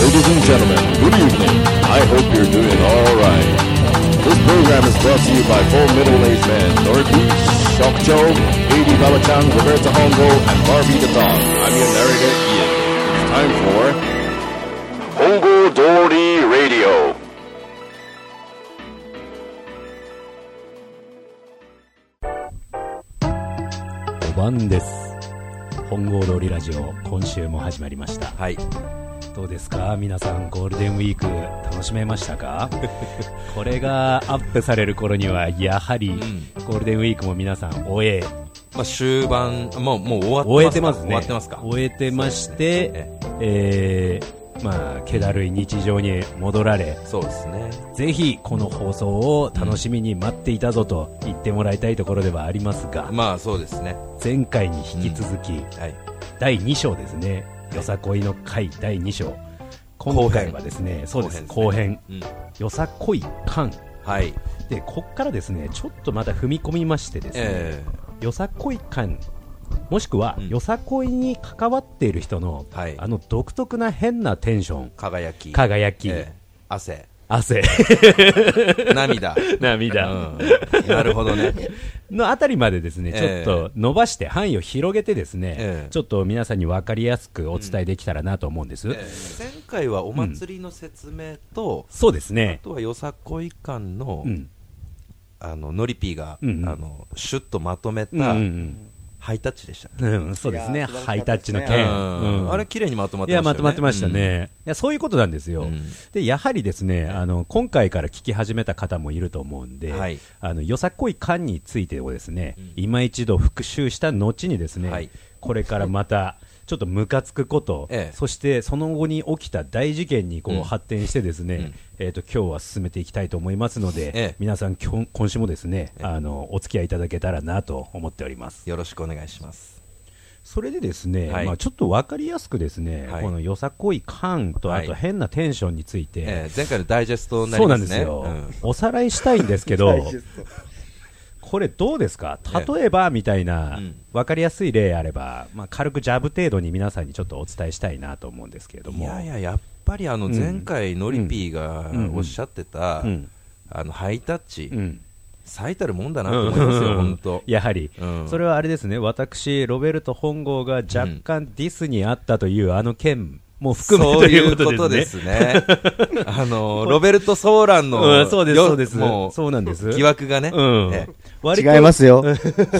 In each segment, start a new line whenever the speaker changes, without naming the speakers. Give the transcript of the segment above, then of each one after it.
Ladies and gentlemen, good evening. I hope you're doing all right. This program is brought to you by four middle-aged men, Dorothy, Shock Joe, Lady Baba-chan, Roberta Hongo, and Barbie the Dog. I'm your narrator, Ian. It's time for Hongo Dory Radio.
お晩です本郷通りラジオ今週も始まりました
はい、
どうですか皆さんゴールデンウィーク楽しめましたか これがアップされる頃にはやはり
ん
ゴールデンウィークも皆さん終え
まあ、終盤、もうもう終わってま
終えてます
すか
ね
終わってますか
終えてまして、えーまあ気だるい日常に戻られ
そうですね
ぜひこの放送を楽しみに待っていたぞと言ってもらいたいところではありますが
まあそうですね
前回に引き続き、
はい
第2章ですね、よさこいの回第2章、今回はですね、そうです、後
後
編、
うん
よさこい館
はい
で、こっからですね、ちょっとまた踏み込みましてですね、
え
よさこい館、もしくは、
うん
よさこいに関わっている人の、
はい
あの独特な変なテンション
ー、、輝き
輝き、
えー汗
汗、
涙
涙、
うん、なるほどね
のあたりまでですね、
ええ
ちょっと伸ばして範囲を広げてですね、
ええ
ちょっと皆さんに分かりやすくお伝えできたらなと思うんです。
えー前回はお祭りの説明と、
そうですね
あ。とはよさこい館の、
うん。
あのノリピーが、
うんうん
あのシュッとまとめた、
うんうん
ハイタッチでした、
うんうん、そうですね、
いやー素晴らしかったです
ハイタッチ
ね
の
え
件、
え
うん
あれ綺麗にまとまっ
い
てましたよね
や、まとまってましたね、いやそういうことなんですよ、
うん
でやはりですねあの今回から聞き始めた方もいると思うんで、
はい
あのよさこい感についてをですね、今一度復習した後にですね、
はい
これからまたちょっとムカつくこと、
ええ
そしてその後に起きた大事件にこ
う
うん発展してですね、えー、と今日は進めていきたいと思いますので、
ええ
皆さんきょん今週もですねあのお付き合いいただけたらなと思っております。
よろしくお願いします
それでですね、
はい
まあ、ちょっと分かりやすくですね、
はい
このよさこい感と、あと
はい
変なテンションについて、
えー前回のダイジェストにな
そ
り
うな
ま
ん
す
で
ね
すよ、
うん
おさらいしたいんですけ ど、
ダイジェスト
これどうですか、例えばみたいな、
うん
分かりやすい例あれば、まあ、軽くジャブ程度に皆さんにちょっとお伝えしたいなと思うんですけれども、
いやいや、やっぱりあの前回、ノリピーが
うん
おっしゃってた、
うん
あのハイタッチ
う、ん
最たるもんだなと思います
う
よ、
ん
本当。
やはり、
うん
それはあれですね、私、ロベルト本郷が若干ディスにあったという、あの件も含め
そ
と
う
い
いう
うこ
ことと
で
です
ね。
すね。 あの、ロベルト・ソーラン
う
の、
んそうです
よ
そうです
もう、
そうなんです
疑惑がね。
うん
え
割と
違いますよ。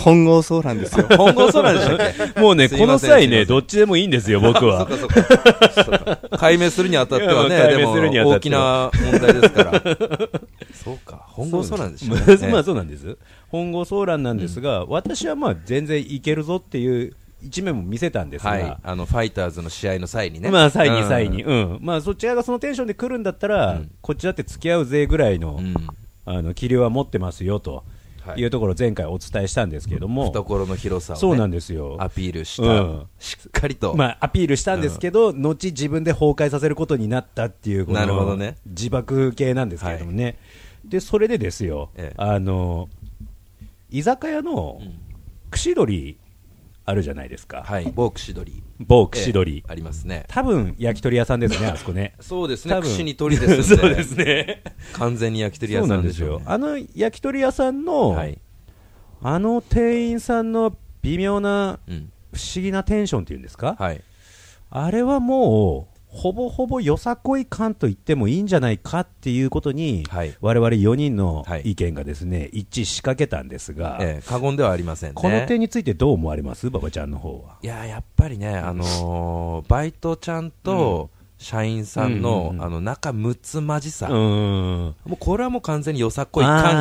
本郷そうなんですよ。
え本郷ソーランでしたっけ
もうね、
すい
この
ません
際
すいませ
ね、
ん
どっちでもいいんですよ、僕は。
そっかそっかそうか解明するにあたってはい
や
ね、で
解明
も
するにあた
大
って
き
は
な問題ですから。 そうか、本郷ソーランでしたね
まあ
え
そうなんです。本郷ソーランなんですが、私はまあ全然いけるぞっていう一面も見せたんで
え
すが、
はい。あの、ファイターズの試合の際にね。
まあ、際に
うん
際に、。うん。まあ、そっち側がそのテンションで来るんだったら、
うん
こっちだって付き合うぜぐらいの、
うん
あの、気流は持ってますよと
はい
いうところを前回お伝えしたんですけれども、
懐の広さを、ね、
そうなんですよ。
アピールした、
うん
しっかりと、
まあ、アピールしたんですけど、後自分で崩壊させることになったっていうこ
なるほ
の
どね
自爆系なんですけれどもね、でそれでですよ、
ええ
あの居酒屋の
うん
串取りあるじゃないですか、
はい、某串取り、
某串取り
ええ、ありますね、
多分焼き鳥屋さん ですね、あそこね。
そうですね
多、分
串に鳥ですん で、
そうですね、
完全に焼き鳥
そ
屋
うな
さ
ん
ん
で
ですしょう、
よ
ね、、
あの焼き鳥屋さんの、
はい、
あの店員さんの微妙な
うん、
不思議なテンションっていうんですか、
はい、
あれはもう、ほぼほぼよさこい感と言ってもいいんじゃないかっていうことに、
はい
我々4人の
はい
意見がですね、一致しかけたんですが、
ええ過言ではありませんね、
この点についてどう思われます、馬場ちゃんの方は。
いや、やっぱりね、あのーバイトちゃんと社員さんの、
うんうんうん
あの仲むつまじさ、
うーん、
もうこれはもう完全によさこい感に、ええ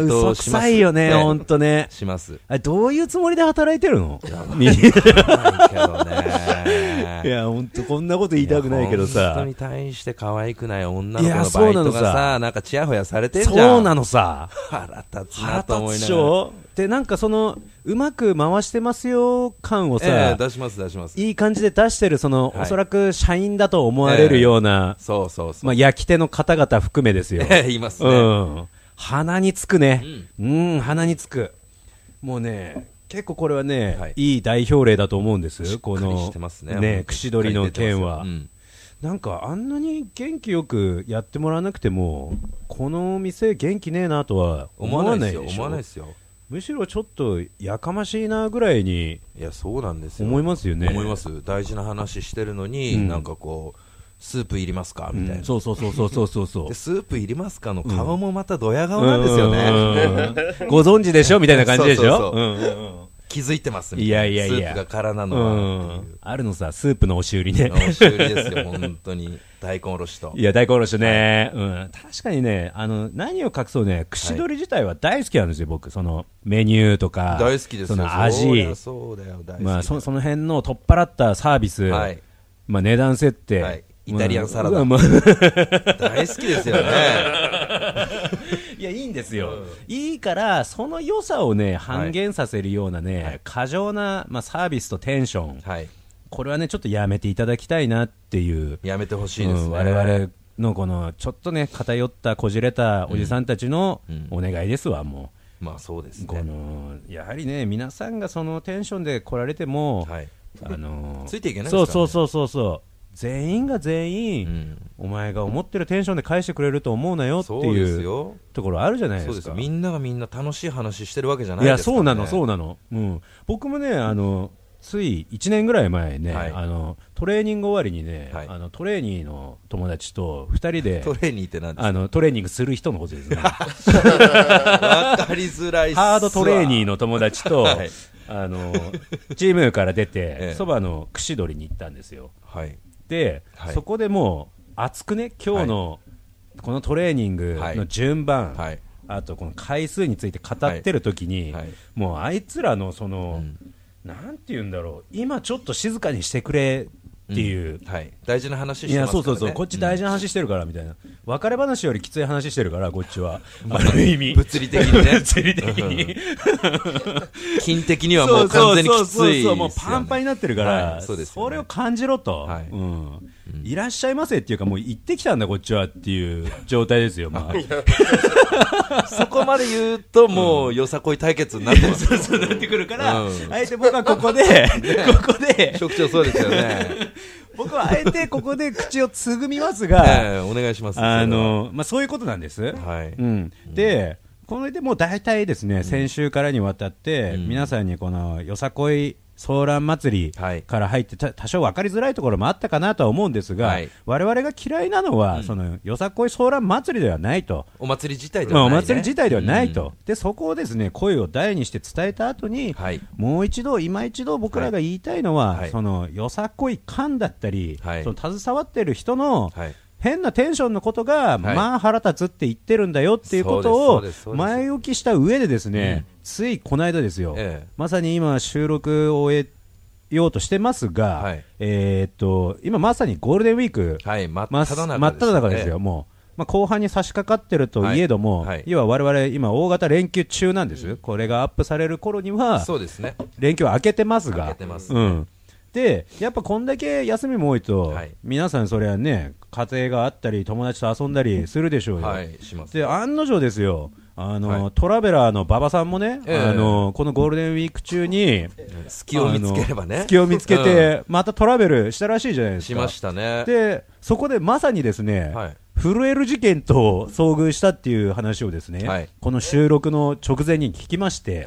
該当し
嘘
ま
くさ
す、
いよ
え
ね、
え
ほんとね。
します。
あれどういうつもりで働いてるの
ないけどね
いや、ほんと、こんなこと言いたくないけど
や
さ
本当に、対して可愛くない女の子
いや
の
そう
バイ
なの
ト
さ
がさ、なんかチヤホヤされてんじゃん。
そうなのさ。
腹立つなと
腹
思
立つで
いなが
し
ら。
ょで、なんかその、うまく回してますよ感をさ、
ええ出します、出します。
いい感じで出してる、その、
はい
おそらく社員だと思われるような、
そうそうそう。
まあ、焼き手の方々含めですよ。
ええ 言いますね。
うん。鼻につくね。うん、鼻につく。もうね、結構これはね、
はい
い、い代表例だと思うんです。こ
しっかりし
の
てますね。
ね、串取りの件は、
うん
なんかあんなに元気よくやってもらわなくてもこの店元気ねえなとは思
思
わ
わ
な
ないいです
で
よ
し
思
ょ
わないですよ
むしろちょっとやかましいなぐらいに
いやそうなんですよ
思いますよね
思います大事な話してるのに、
うん
なんかこうスープいりますか
う
みたいな、
んそうそうそうそうそうそう そう
でスープいりますかの顔もまたドヤ顔なんですよね、
うんご存知でしょみたいな感じでし
そうそう
ょ
そう
うんうん
気づいてます
うん
み
い
た
や
い
い
な
やいや
スープが空な
う
のはってい
んあるのさスープの押し売りね
う押し売りですよ本当に大根おろしと
いや大根おろしね、うん、確かにねあの何を隠そうね串取り自体は大好きなんですよ、僕そのメニューとか
大好きです
そ
よ
の味
そうだよそうだよ大好き、
まあ、そその辺の取っ払ったサービス、
はい
まあ、値段設定、
はいイタリアンサラダ
まあまあ
大好きですよね
いやいいんですよ、いいからその良さをね半減させるようなね、過剰な、まあ、サービスとテンション、
はい
これはねちょっとやめていただきたいなっていう
やめてほしいですね、
うん我々のこのちょっとね偏ったこじれたおじさんたちの
うん
お願いですわ、も
まあそうです
う、
ね
このやはりね皆さんがそのテンションで来られても、
はい
あのー
ついていけないですから
そう
ね
そうそうそうそう全員が全員、
うん
お前が思ってるテンションで返してくれると思うなよって
そうで
い
す
う
よ
ところあるじゃない
そ
で
うですす
か
みんながみんな楽しい話してるわけじゃない
いや
ですから、ね、
そうなのそううなの、うん、僕もねあのつい1年ぐらい前ね、
はい
あのトレーニング終わりにね、
はい
あのトレーニーの友達と2人で
トレーニーって何です
あのトレーニングする人のことです ねハ
かわかりづらいっすわ
ードトレーニーの友達と、
はい
あのチームから出て
え
そば、の串取りに行ったんですよ
はい
で、
はい
そこでもう熱くね今日の、このトレーニングの順番、
はい
あとこの回数について語ってる時に、
はいはい
もうあいつらのその、
うん
なんて言うんだろう今ちょっと静かにしてくれっていう、
はい大事な話
い
して
や
ますか
そ
ら、ね、
うそうそうこっち大事
な、
な話してるからみたいな、別れ話よりきつい話してるからこっち はある意味
物理的にね
物理的に
筋的にはもう完全にきついですよね、
もうパンパンになってるから、
はい
そ
そうですよね
れを感じろと、
はい
うん、いらっしゃいませっていうかもう行ってきたんだこっちはっていう状態ですよ、ま あ、
そこまで言うともうよさこい対決になってます
そうそうなってくるから、
うん
あえて僕はここ で、ここで、
職長そうですよね
僕はあえてここで口をつぐみます
え
が、
えお願いします
あの、まあ、そういうことなんです。
はい
うん。で、これでもう大体ですね、先週からにわたって、
うん
皆さんにこの、よさこい、ソーラン祭
はい
りから入って、た多少分かりづらいところもあったかなとは思うんですが、
はい
我々が嫌いなのは、そのよさこいソーラン祭りではないと、
お祭り自体で
まあ、
は
お
ない、ね
祭り自体ではないと、でそこをですね声を大にして伝えた後に、
はい
もう一度、今一度僕らが言いたいのは、
はい
そのよさこい感だったり、
はい
その携わってる人の
はい
変なテンションのことが、まあ腹立つって言ってるんだよっていうこと
そうですそうですそ
を
うです
前置きした上でですね、ついこの間ですよ、
ええ
まさに今、収録を終えようとしてますが、
はい
えーっと今まさにゴールデンウィーク、
はい真っ
真っ
只中
真っ只中ですよ、もう。まあ、後半に差し掛かってるといえども、
はいはい
要は我々今、大型連休中なんです、これがアップされる頃には、
そうですね
連休は明けてます
明
が
け、てます
うん、でやっぱこんだけ休みも多いと、
はい
皆さん、それはね、家庭があったり、友達と遊んだりするでしょうよ、
はいします
で案の定ですよ、あの
はい
トラベラーの馬場さんもね、
ええ
あの、このゴールデンウィーク中に、
隙を見つければ
あ
ね
の隙を見つけて、またトラベルしたらしいじゃない
うん
です
し
か。
ましたね
でそこでまさにですね、
はい
震える事件と遭遇したっていう話をですね、
はい
この収録の直前に聞きまして、
え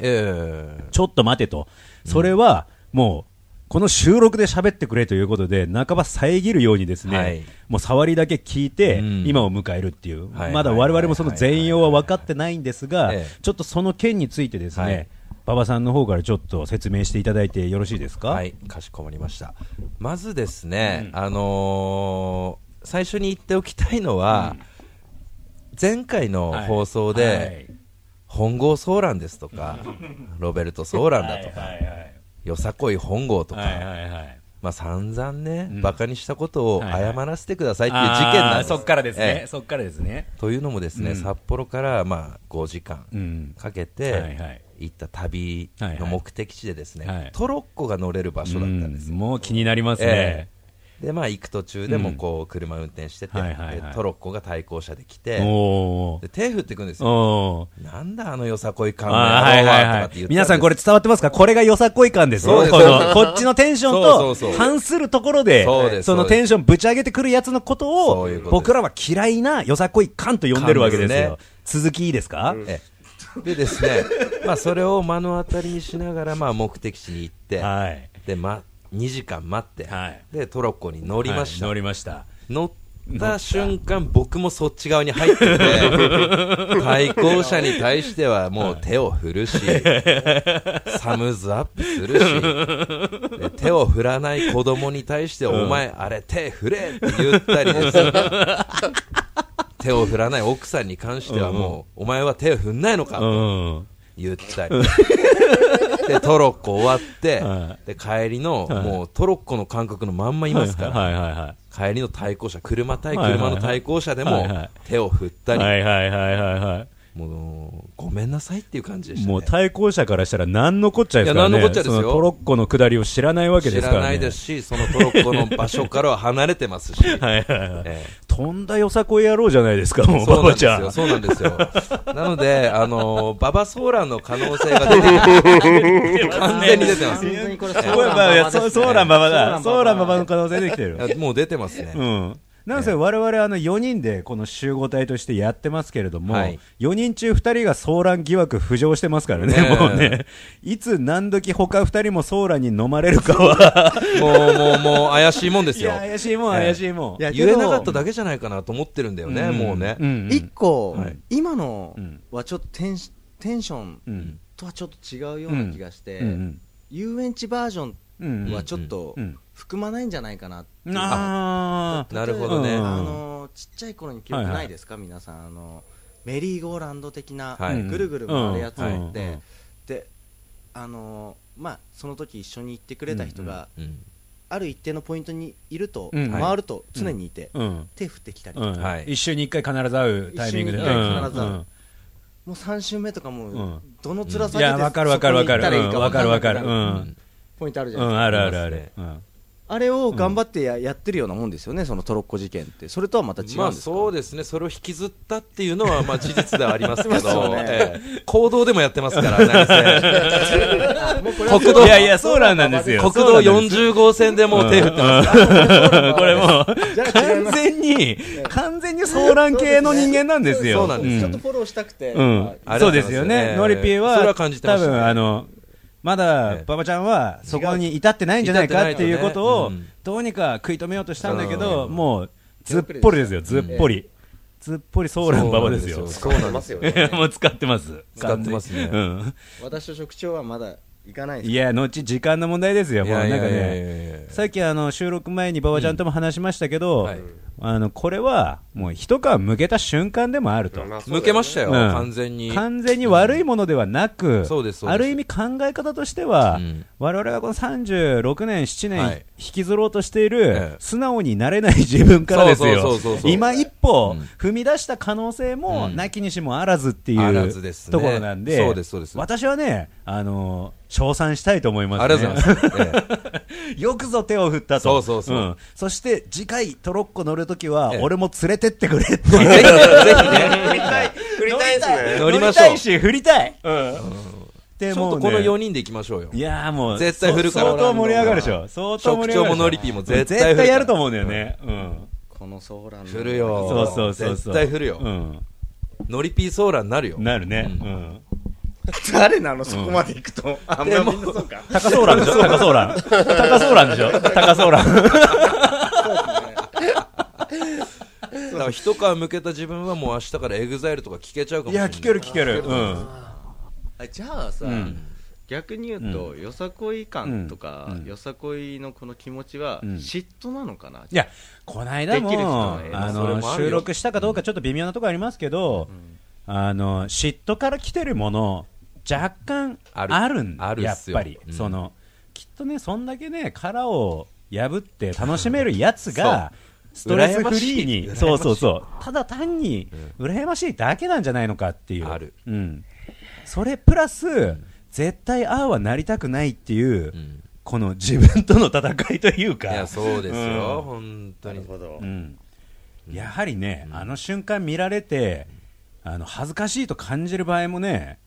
え
ちょっと待てと、それはもう、この収録で喋ってくれということで、半ば遮るようにですね、
はい
もう触りだけ聞いて、
うん
今を迎えるっていう、
はい
まだ我々もその全容は分かってないんですが
はいはいはいはい、
ちょっとその件についてですね、
はい
馬場さんの方からちょっと説明していただいてよろしいですか。
はい、かしこまりました。まずですね、あのー最初に言っておきたいのは、前回の
はい
放送で、本郷ソーランですとか、ロベルト・ソーランだとか、
はいはいはい
よさこい本郷とか、
はいはいはい
まあ散々ね、
うん
馬鹿にしたことを
はいは
謝
い
らせてくださいっていう事件なんです。
あーそっからですね、
え
そっからですね
えというのもですね、
うん
札幌からまあ5時間
うん
かけ
はいは
て
い
行った旅の目的地でですね、
はいはい
トロッコが乗れる場所だったんですよ
うんもう気になります
え
ね、
えでまあ、行く途中でもこう車運転してて、
はいはいはい
でトロッコが対向車で来
お
て
お
で手振ってくんですよ
お
なんだあのよさこい
あ
感
あはいはいはい皆さんこれ伝わってますかこれがよさこい感です
そ
よ
うです
こ のこっちのテンション
そうそう
と
そう
反するところで
そうです
そのテンションぶち上げてくるやつのこと
そう
を
いうことです
僕らは嫌いなよさこい感と呼んでるわけです
感
よ続きいいですか
ええでです ね、まあ、それを目の当たりにしながら、まあ、目的地に行って、
はい
でま、2時間待って、
はい
でトロッコに乗りました、
はい乗りました
乗った瞬間僕もそっち側に入って て対向車に対してはもう手を振るし、サムズアップするしで手を振らない子供に対して、お前あれ手振れって言ったりで すね手を振らない奥さんに関してはもう、お前は手を振んないのか、
うん
言ったりでトロッコ終わって、
は
で帰りの、もうトロッコの感覚のまんまいますから、
はいはいはい
帰りの対向車車対
はいはい
車の対向車で
は
も
いはい
手を振ったり、
はいはいはいはいは
もうごめんなさいっていう感じで
い。
した、ね、
もう対向車からしたら何のこっちゃですからね。
いや何のこっちゃですよ
そのトロッコの下りを知らないわけです
知
かららね。
ないですしそのトロッコの場所からは離れてますし、
はいはいはい。
え
とんだよさこい野郎じゃないですか、も
え
う、
そ
ば
うなん
ば
です
ちゃん。
よ、そうなんですよ。なので、あのババソーランの可能性が出て きて、完全に出てます。い
本当にこれ
すごい、まあいや、そうそうランババだ。
そ
そうう
ラ
ラ
ン
ン
バ
バ
バ
バの可能性でき てる。
やもう出てますね。
うん。なんせ我々あの4人でこの集合体としてやってますけれども、
はい
4人中2人が騒乱疑惑浮上してますからね、
ねえ
もうね、いつ何時他2人も騒乱に飲まれるかは、
もう、もう、もう、怪しいもんです
い
よ
や、。怪しいもん、怪しいもん。
や
言えなかっただけじゃないかなと思ってるんだよね、もうね。
うんうん
一個、
はい
今の
うん
はちょっとテンシテンション
うん
とはちょっと違うような気がして、
うんうん
遊園地バージョ
うん
ンはちょっと
うん
含まないんじゃないかなっていう
あ
なるほどね
例えば
うん
あのちっちゃい頃に記憶ないですか、皆さんあのメリーゴーランド的な、
はい
ぐるぐる回るやつを
うん
って、
はい
であのまあその時一緒に行ってくれた人が、
うん
ある一定のポイントにいると、
うん
回ると常にいて、
ーうん
手振ってきたりと
う
か、
ん
はい
一週に一回必ず会うタイミングで
一
う
週
ん
に一回必ず会う
うん
もう3周目とかも、
うん
どの面
い
下げて
やわかるわかるわかる
そこに
うん
行ったらいい
わかるわかるう
分なくなる
ん
ポイントあるじゃ
う
ないで
んある
すか、
あるあるうん
あれを頑張ってや,、やってるようなもんですよねそのトロッコ事件ってそれとはまた違うんですか、
まあそうですね、それを引きずったっていうのはまあ事実ではありま すけ
そうです
ど、
ね
ええ行動でもやってますから、何
国道いやいやそうなんです
せ
よ
国道
そうなんです
40号線でもう手振ってます、
うんこれもう完全に完全に騒乱系の人間なんですよ
そうなんです
ち
よ
ょっとフォローしたくて、
うん
ありがと
そうう
ござい
で
ますす
よね、
ええ
ノリピー
それ
は、
は感じてま
多
したね
分あのまだ
ええ
馬場ちゃんはそこに至ってないんじゃないかっていうこと
至ってないと
を
ねうん
どうにか食い止めようとしたんだけど、
うん
もうずっぽりですよ、ずっぽり、ずっぽりソーラン馬場ですよ、
そうなんですよ。
いや もう使ってます、
使ってますね
うん
私と職長はまだ行かないです
いや、後、時間の問題ですよ、
い
もうな
や
ん
い
か
やいや
ね、
いやいや
さっきあの収録前に馬場ちゃんとも話しましたけ
うん
ど
はい、
あのこれはもう一皮向けた瞬間でもあると。
抜けましたよ、
うん
完全に。
完全に悪いものではなく、
そうですそうです
ある意味考え方としては、
うん
我々がこの36年、7年、
はい
引きずろうとしてい
ええ
る、素直になれない自分からです
そ
よ
うそうそうそうそ、う
今一歩
うん
踏み出した可能性も、
うん
なきにしもあらずってい
あら
う
ずですね
ところなんで、
そうですそうです
私はね、あの称賛したいと思いますね。
ありがとうございます。え え
よくぞ手を振ったと。
そうそうそうん
そして、次回トロッコ乗るときは
ええ、
俺も連れてってくれって。
ぜ ひ ぜひね、
振りたいですね
乗りまし
た
ょう
い。し、振りたい。で
ちょっ
も
と
う
この
ね
4人で行きましょうよ
い。やーもう、
絶対振るから
相当盛り上がるでしょ。相当盛り上がるでしょ。
職長もノリピーも絶対振るから
やると思うんだよね。うん。
このソーランの
振るよ。
そうそうそうそう。
絶対振るよ。
う
ノリピーソーラーになるよ。
ん。なるね。うん。
誰なのそこまで行くと、あんまあみんなそうか
高ソーランでしょ高ソーラン。高ソーランでしょ高ソーラン。
だから一皮向けた自分はもう明日からエグザイルとか聞けちゃうかも
い
しれな
や、
い
聞ける聞ける。うん。
あじゃあさ、
ん
逆に言うと、よさこい感とか、
うんうん
よさこいのこの気持ちは、
ん
嫉妬なのかな、
いや、この間も
できる人はええな
あ
それ
の
もあるよ
収録したかどうかちょっと微妙なところありますけど、あの嫉妬から来てるもの、若干
ある
あるん
あるっ
やっ
すよ
ぱり、
うん
そのきっとね、そんだけね、殻を破って楽しめるやつが、ストレスフリー
羨ま
に、
しい
そうそうそう、ただ単に羨ましいだけなんじゃないのかっていう、
ある
うん、それプラス、絶対ああはなりたくないっていう。
うん
この自分との戦いというか
いや、そうです
う
よ、
ん
本当
なる
に。
ほど
う。ん、やはりね、あの瞬間見られてあの恥ずかしいと感じる場合もね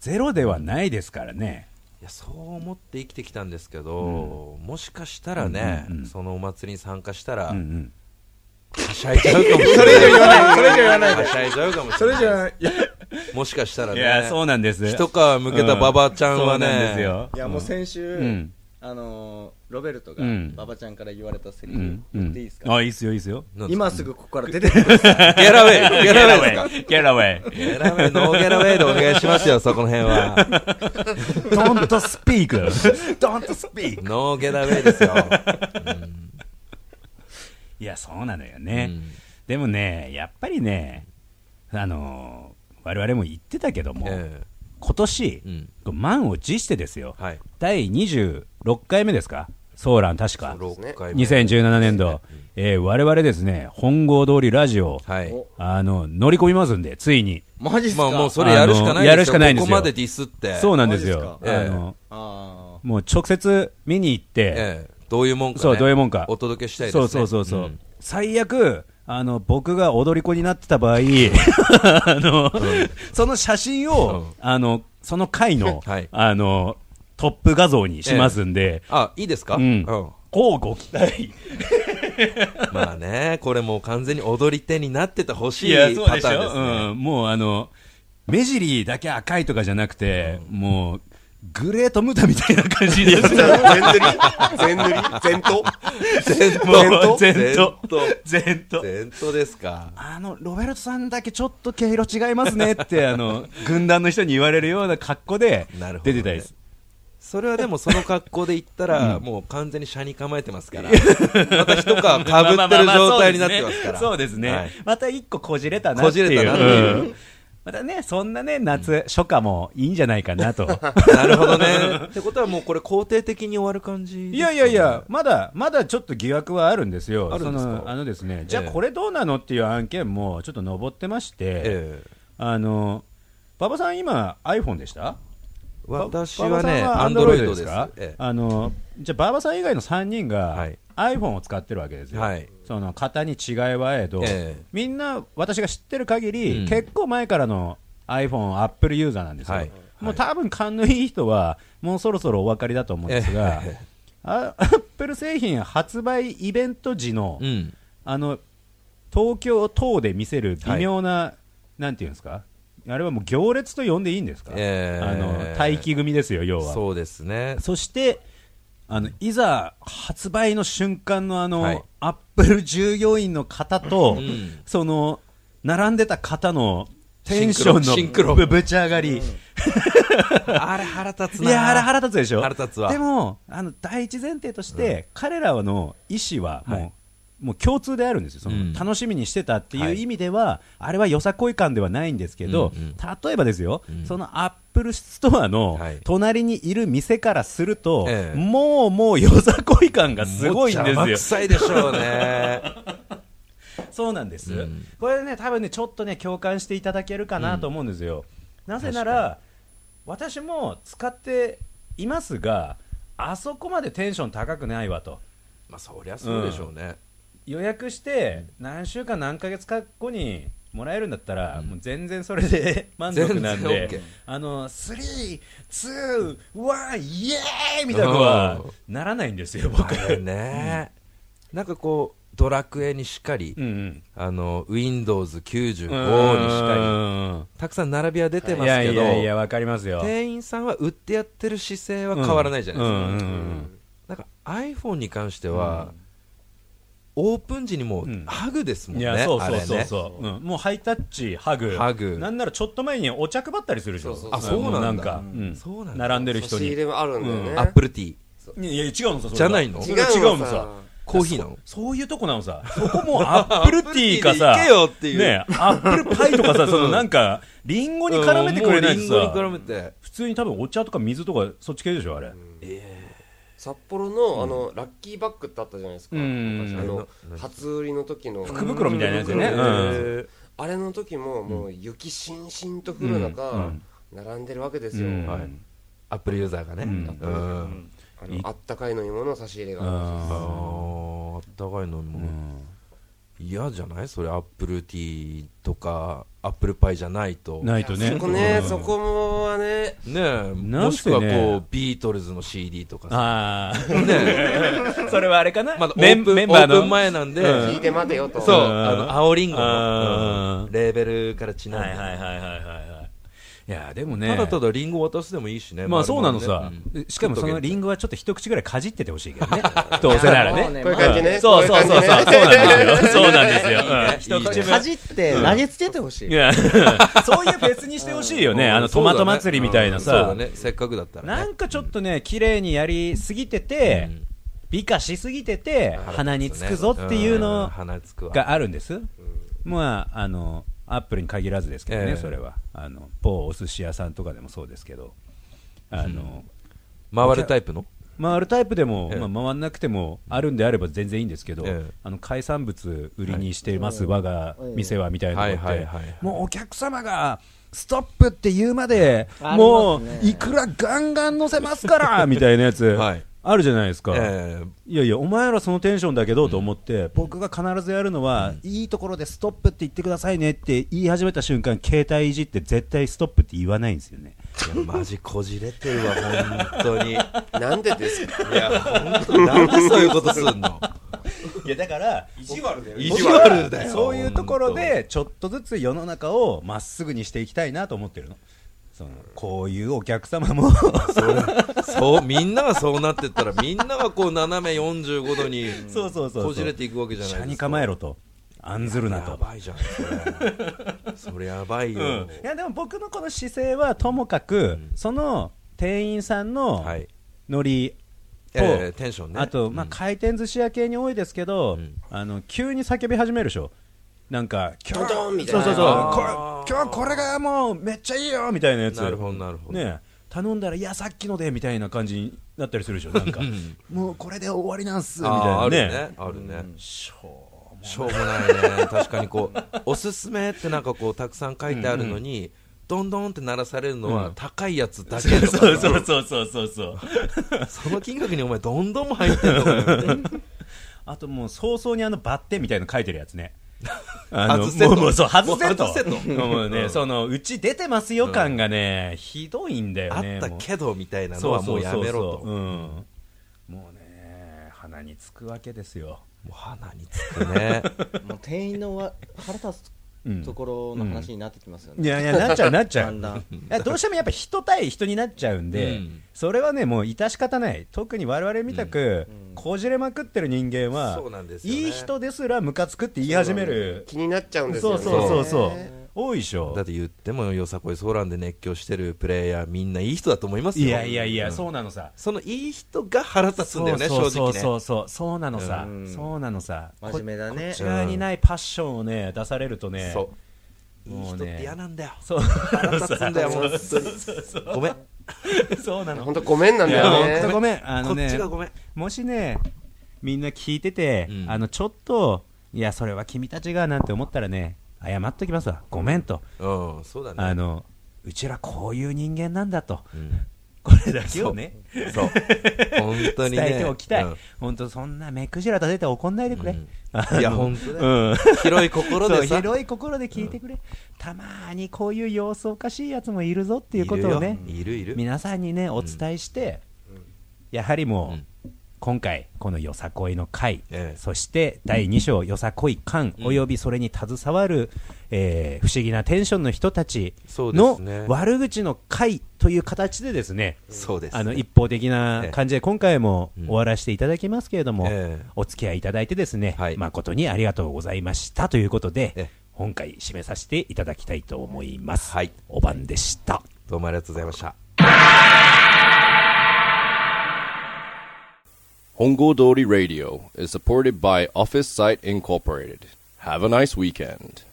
ゼロではないですからね、
いやそう思って生きてきたんですけど、もしかしたらね、
うんうんうん
そのお祭りに参加したら、
うんうん、
はしゃいじゃうかもしれない。
それ以上言わないそれ以上言わないで
はしゃいじゃうかもし
そ
れ
れ
ない。
じゃあ、いや、
もしかしたら
い
ね。
やそうなんです
一皮むけたババアちゃんはね、
そうなんですよ
いやもう先週、
うん
あのー、ロベルトが
うん
馬場ちゃんから言われたセリ
う
フ
んう
言っ
ん
ていいですか、
あいいっすよいいっすよ
なんですか
今すぐここから出てください
ゲラウェイゲラウェイですか
ゲラウェイ
ゲラウェイ、ノーゲラウェイでお願いします よ、そこの辺は。
ドントスピークドントスピーク
ノーゲラウェイですよ。
いやそうなのよ
う
ね、
ん
でもねやっぱりねあのー我々も言ってたけども、
え
今年
えうん
満を持してですよ、
はい。
第26回目ですかソーラン確か
ですね
6回目。
2017年度、えー、我々ですね本郷通りラジオ、
はい。
お
あの乗り込みますんでついに
マジっす
ま
か、
あもうそれやるしかないで
あ
す
のやるしかないんですよ
ここまでディスって。
そうなんです
マ
よ
ジ
ですか
あの、
あ
もう直接見に行って、
ええどういうもんか、ね。
そうどういうもんか
お届けしたいです
そ
ね。
うそうそうそう、
ん
最悪あの僕が踊り子になってた場合 あの、その写真を、
うん
あのその回の、
はい
あのトップ画像にしますんで、
あ、いいですか
うんこうご期待
まあね、これもう完全に踊り手になっててほし
い
い
や、そう
パ
でし
ターンで
ょ、
すね。
うん、もうあの、目尻だけ赤いとかじゃなくて、もう、グレートムタみたいな感じですね。
全塗り全塗り全頭
全
もう、全
全
と
頭。
全と。
全頭ですか。
あの、ロベルトさんだけちょっと毛色違いますね って、あの、軍団の人に言われるような格好で
なるほど
出
ね
てたいです。
それはでもその格好で行ったら、もう完全に車に構えてますから。また一皮かぶってる状態になってますから。
そうですね。
はい
また一個こじれたなっていう。
こじれたなっていう
うんまたね、そんなね、夏、初夏もいいんじゃないかな と。
なるほどね。ってことはもうこれ肯定的に終わる感じ、
いやいやいや、。まだ、まだちょっと疑惑はあるんですよ。
あるんですか
そのあのですね、じゃあ
ええ
これどうなのっていう案件もちょっと上ってまして、
ええ
あの、馬場さん今 iPhone でした
私
馬
は
場さん
ね、アンドロイ
Android
ドです。ええ
あの、じゃあ馬場さん以外の3人
は
が
い
iPhone を使ってるわけですよ。
はい
その型に違いはえど、
ええ
みんな私が知ってる限り、
うん
結構前からの iPhone、Apple ユーザーなんですよ。
はい
もう多分勘のいい人は、もうそろそろお分かりだと思うんですが、
え
あ Apple 製品発売イベント時の、
うん。
あの東京等で見せる微妙な、なんていうんですか、あれはもう行列と呼んでいいんですか、
ええ
あの待機組ですよ、要は。そ
そうですね。
してあのいざ発売の瞬間のあの、
はい
アップル従業員の方と、
うん
その並んでた方のテンションの
シンクロ
ぶぶち上がり、
あれ 腹立つ
い
な。
やあれ腹立つでしょ
腹立つわ
でもあの第一前提として、彼らの意思はもう,、
はい
もう共通であるんですよその、
うん
楽しみにしてたってい
は
う
い
意味では、あれはよさこい感ではないんですけど、
うんうん
例えばですよ、
うん
そのアップルストアの
はい
隣にいる店からすると、
ええ
もうもうよさこい感がすごいん
もう邪魔
で
く
すよ
さいでしょう ね。
そうなんです、
うん
これね多分ねちょっとね共感していただけるかなと思うんですよ、なぜなら私も使っていますがあそこまでテンション高くないわと
まあそりゃそうでしょうね。
予約して何週間何ヶ月か後にもらえるんだったら、もう全然それで 満足なん
全然 OK
で、あの3、2、1、イエーイみたいなのはならないんですよ、僕。
あれね。なんかこう、ドラクエにしっかり、
うんうん
あの、Windows95 にし
うん
かり、たくさん並びは出て
い
ます
や
け
い
ど、
やいや、わかりますよ。
店員さんは売ってやってる姿勢は変わらないじゃないですか。
うんうんうん
なんか iPhone に関しては、オープン時にもうハグです
う
も
ん
ん
い
ね、
や、そう
あ
そう
れ
そう
ね。
そう、うんもうハイタッチ、ハグ、
ハグ
なんならちょっと前にお茶配ったりするでしょ、
そうそう
そう
も
あそうな
なんん
だ
か、う
うん
ん
そうなんだ
並んでる
差し
人
入
に、
れもあるんだよね。
アップルティー、
いや、違うのさ、それが
じゃないの
それは違うのさ。
コーヒーなの
そういうとこなのさ、そこもアップルティーかさ、
アップルティーで行けよっていう
ねえ、アップルパイと かさ、そのなんか、リンゴに絡めてくれない
うん
と
もうリンゴに絡
さ、
めて。
普通に多分お茶とか水とか、そっち系でしょ、あれ。
札幌の、あの、ラッキーバッグってあったじゃないですか。
うん
昔あの、初売りの時の。
福袋みたいなやつね
福
う
袋みたいなやつ
ん
あれの時も、もう雪しんしんと降る
う
中
ん、
並んでるわけですよ。
うん
はいアップルユーザーがね。
うん
うん
あ
い
のあったかい飲み物の差し入れが
うん
あーあったかい飲み
う
物、
ん
嫌じゃないそれアップルティーとかアップルパイじゃないとね
ないとね
そこね、
うん
そこもはね
ね
えもしくはこうビートルズの CD とかさ
ああ
ねえ
それはあれかな
まだオ
メ
ー
ン
プン
メンバー
オー
の
プン前なんで、
うん
聞いて待てよと
そう、
うん
あの青リンゴの、
うん
うんレーベルからちなん
は
で、
いはいはいはいはいはいいやでもね
ただただリンゴ渡すでもいいしね
まあ
丸
そうな
々ね
のさ、
うん
しかもそのリンゴはちょっと一口ぐらいかじっててほしいけど ねどうせなら
もう
ね
ね
こういう感じね
んそうそうそうそうそう
こういう感じね
なんですよそうなんですよ、うん
いいね
一口分
かじって投げつけてほしい
いや そういうフェスにしてほしいよね、
うん
あのトマト祭りみたいな
そうだ
さ、
ね,、せっかくだったら
な
ね
んかちょっとね綺麗にやりすぎてて、
うん
美化しすぎてて鼻につくぞっていう
うん
の
鼻つくわ
があるんです、まああのアップルに限らずですけどね、
ええ
それはあの某お寿司屋さんとかでもそうですけどあの、
回るタイプの
回るタイプでも、
ええ
まあ、回んなくてもあるんであれば全然いいんですけど、
ええ
あの海産物売りにしてます、我が店はみたいなのって、
はいはいはいはい
もうお客様がストップって言うまで
ありますね
もういくらガンガン乗せますからみたいなやつ、
はい
あるじゃないですか、
え
いやいやお前らそのテンションだけどと思って、僕が必ずやるのは、いいところでストップって言ってくださいねって言い始めた瞬間携帯いじって絶対ストップって言わないんですよね。
ーいやマジこじれてるわ本当にい
なんでですか
や本当なんでそういうことすんの
いやだから
意地悪だよ
意地悪だよ
そういうところでちょっとずつ世の中をまっすぐにしていきたいなと思ってるのそのこういうお客様も
そうみんながそうなってったらみんながこう斜め45度に
そうそうそうそう
こじれていくわけじゃないです
車
か
に構えろと案ずるな
や
と。
ばいじゃんそれそれやばいよ、
うんいやでも僕のこの姿勢はともかく、その店員さんの
はい
ノリと、
えーテンションね
あと、まあ、回転寿司屋系に多いですけど、
うん
あの急に叫び始めるでしょなんか今日
ドンみたいな
そうそうそうこれ
あ
今
ー
日はこれがもうめっちゃいいよみたいなやつ
なるほどなるほど
ね頼んだらいやさっきのでみたいな感じになったりするでしょなんかもうこれで終わりなんすみたい
あー
な
ある
ね
ねあるね、
しょ
しょうもないね確かにこう おすすめってなんかこうたくさん書いてあるのに、どんどんって鳴らされるのは、
うん
高いやつだけ
う
と か
そうそうそうそうそうそう
その金額にお前どんどん入ってんのかよ
あともう早々にあのバッテンみたいなの書いてるやつ ねあの
外せと
もうもうそう外せと
もう外せと
もうね、
うん
そのうち出てますよ感がね、ひどいんだよ
あっ
ね
た
もう
けどみたいなの
そ
は
う
も
そうう
や
そう
めろと
そううんもうね鼻につくわけですよ、
もう鼻につくね
もう店員のわ腹立つ
うん
ところの話になってきますよ
い
ね、
やいやなっ ちゃうなっちゃ
だ
うん
だん
いやどうしてもやっぱ人対人になっちゃうんで、
うん
それはねもう致し方ない特に我々みたく、こじれまくってる人間は
そうなんですよね
いい人ですらムカつくって言い始める
気になっちゃうんです
そ
よ
う
ね
そうそううそう多いでしょ
だって言ってもよさこいソーランで熱狂してるプレイヤーみんないい人だと思いますよ
いやいやいや、
うん
そうなのさ
そのいい人が腹立つんだよね
そう
正直
そう
ね
そうそうそうなのさ、
うん
そうなのさ
真面目だね
ここっち側にないパッションをね出されるとね、
そういい
も
人
う
っ
ね
て嫌なんだよ
そう
腹立つんだよもうごめん
そうなの
本当ごめんなん
い
だ
や本
よ
当
ね
ごめんあの
こっち
ね
がごめん
もしねみんな聞いてて、
うん
あのちょっといやそれは君たちがなんて思ったらね謝っときますわごめんと、
うんそうだね
あのうちらこういう人間なんだと
うん
これだけをね
そう本当にね
伝えておきたい、
うん
本当そんな目くじら立てて怒んないでくれ、
うん
あの
いや本当だ
うん
広い心
そう
でさ
広い心で聞いてくれ、たまーにこういう様子おかしいやつもいるぞっていうことをね
いるよいるいる
皆さんにねお伝えして、やはりもう、今回このよさこいの会、
ええ
そして第2章よさこい館およびそれに携わる、えー不思議なテンションの人たち
そうで
の
すね
悪口の会という形でですね
そうですね
あの一方的な感じで今回も
ええ
終わらせていただきますけれども、
ええ
お付き合いいただいてですね、
はい
誠にありがとうございましたということで、
ええ
本回締めさせていただきたいと思います、
はい
お晩でした
どうもありがとうございました
Hongo Dori Radio is supported by Office Site Incorporated. Have a nice weekend.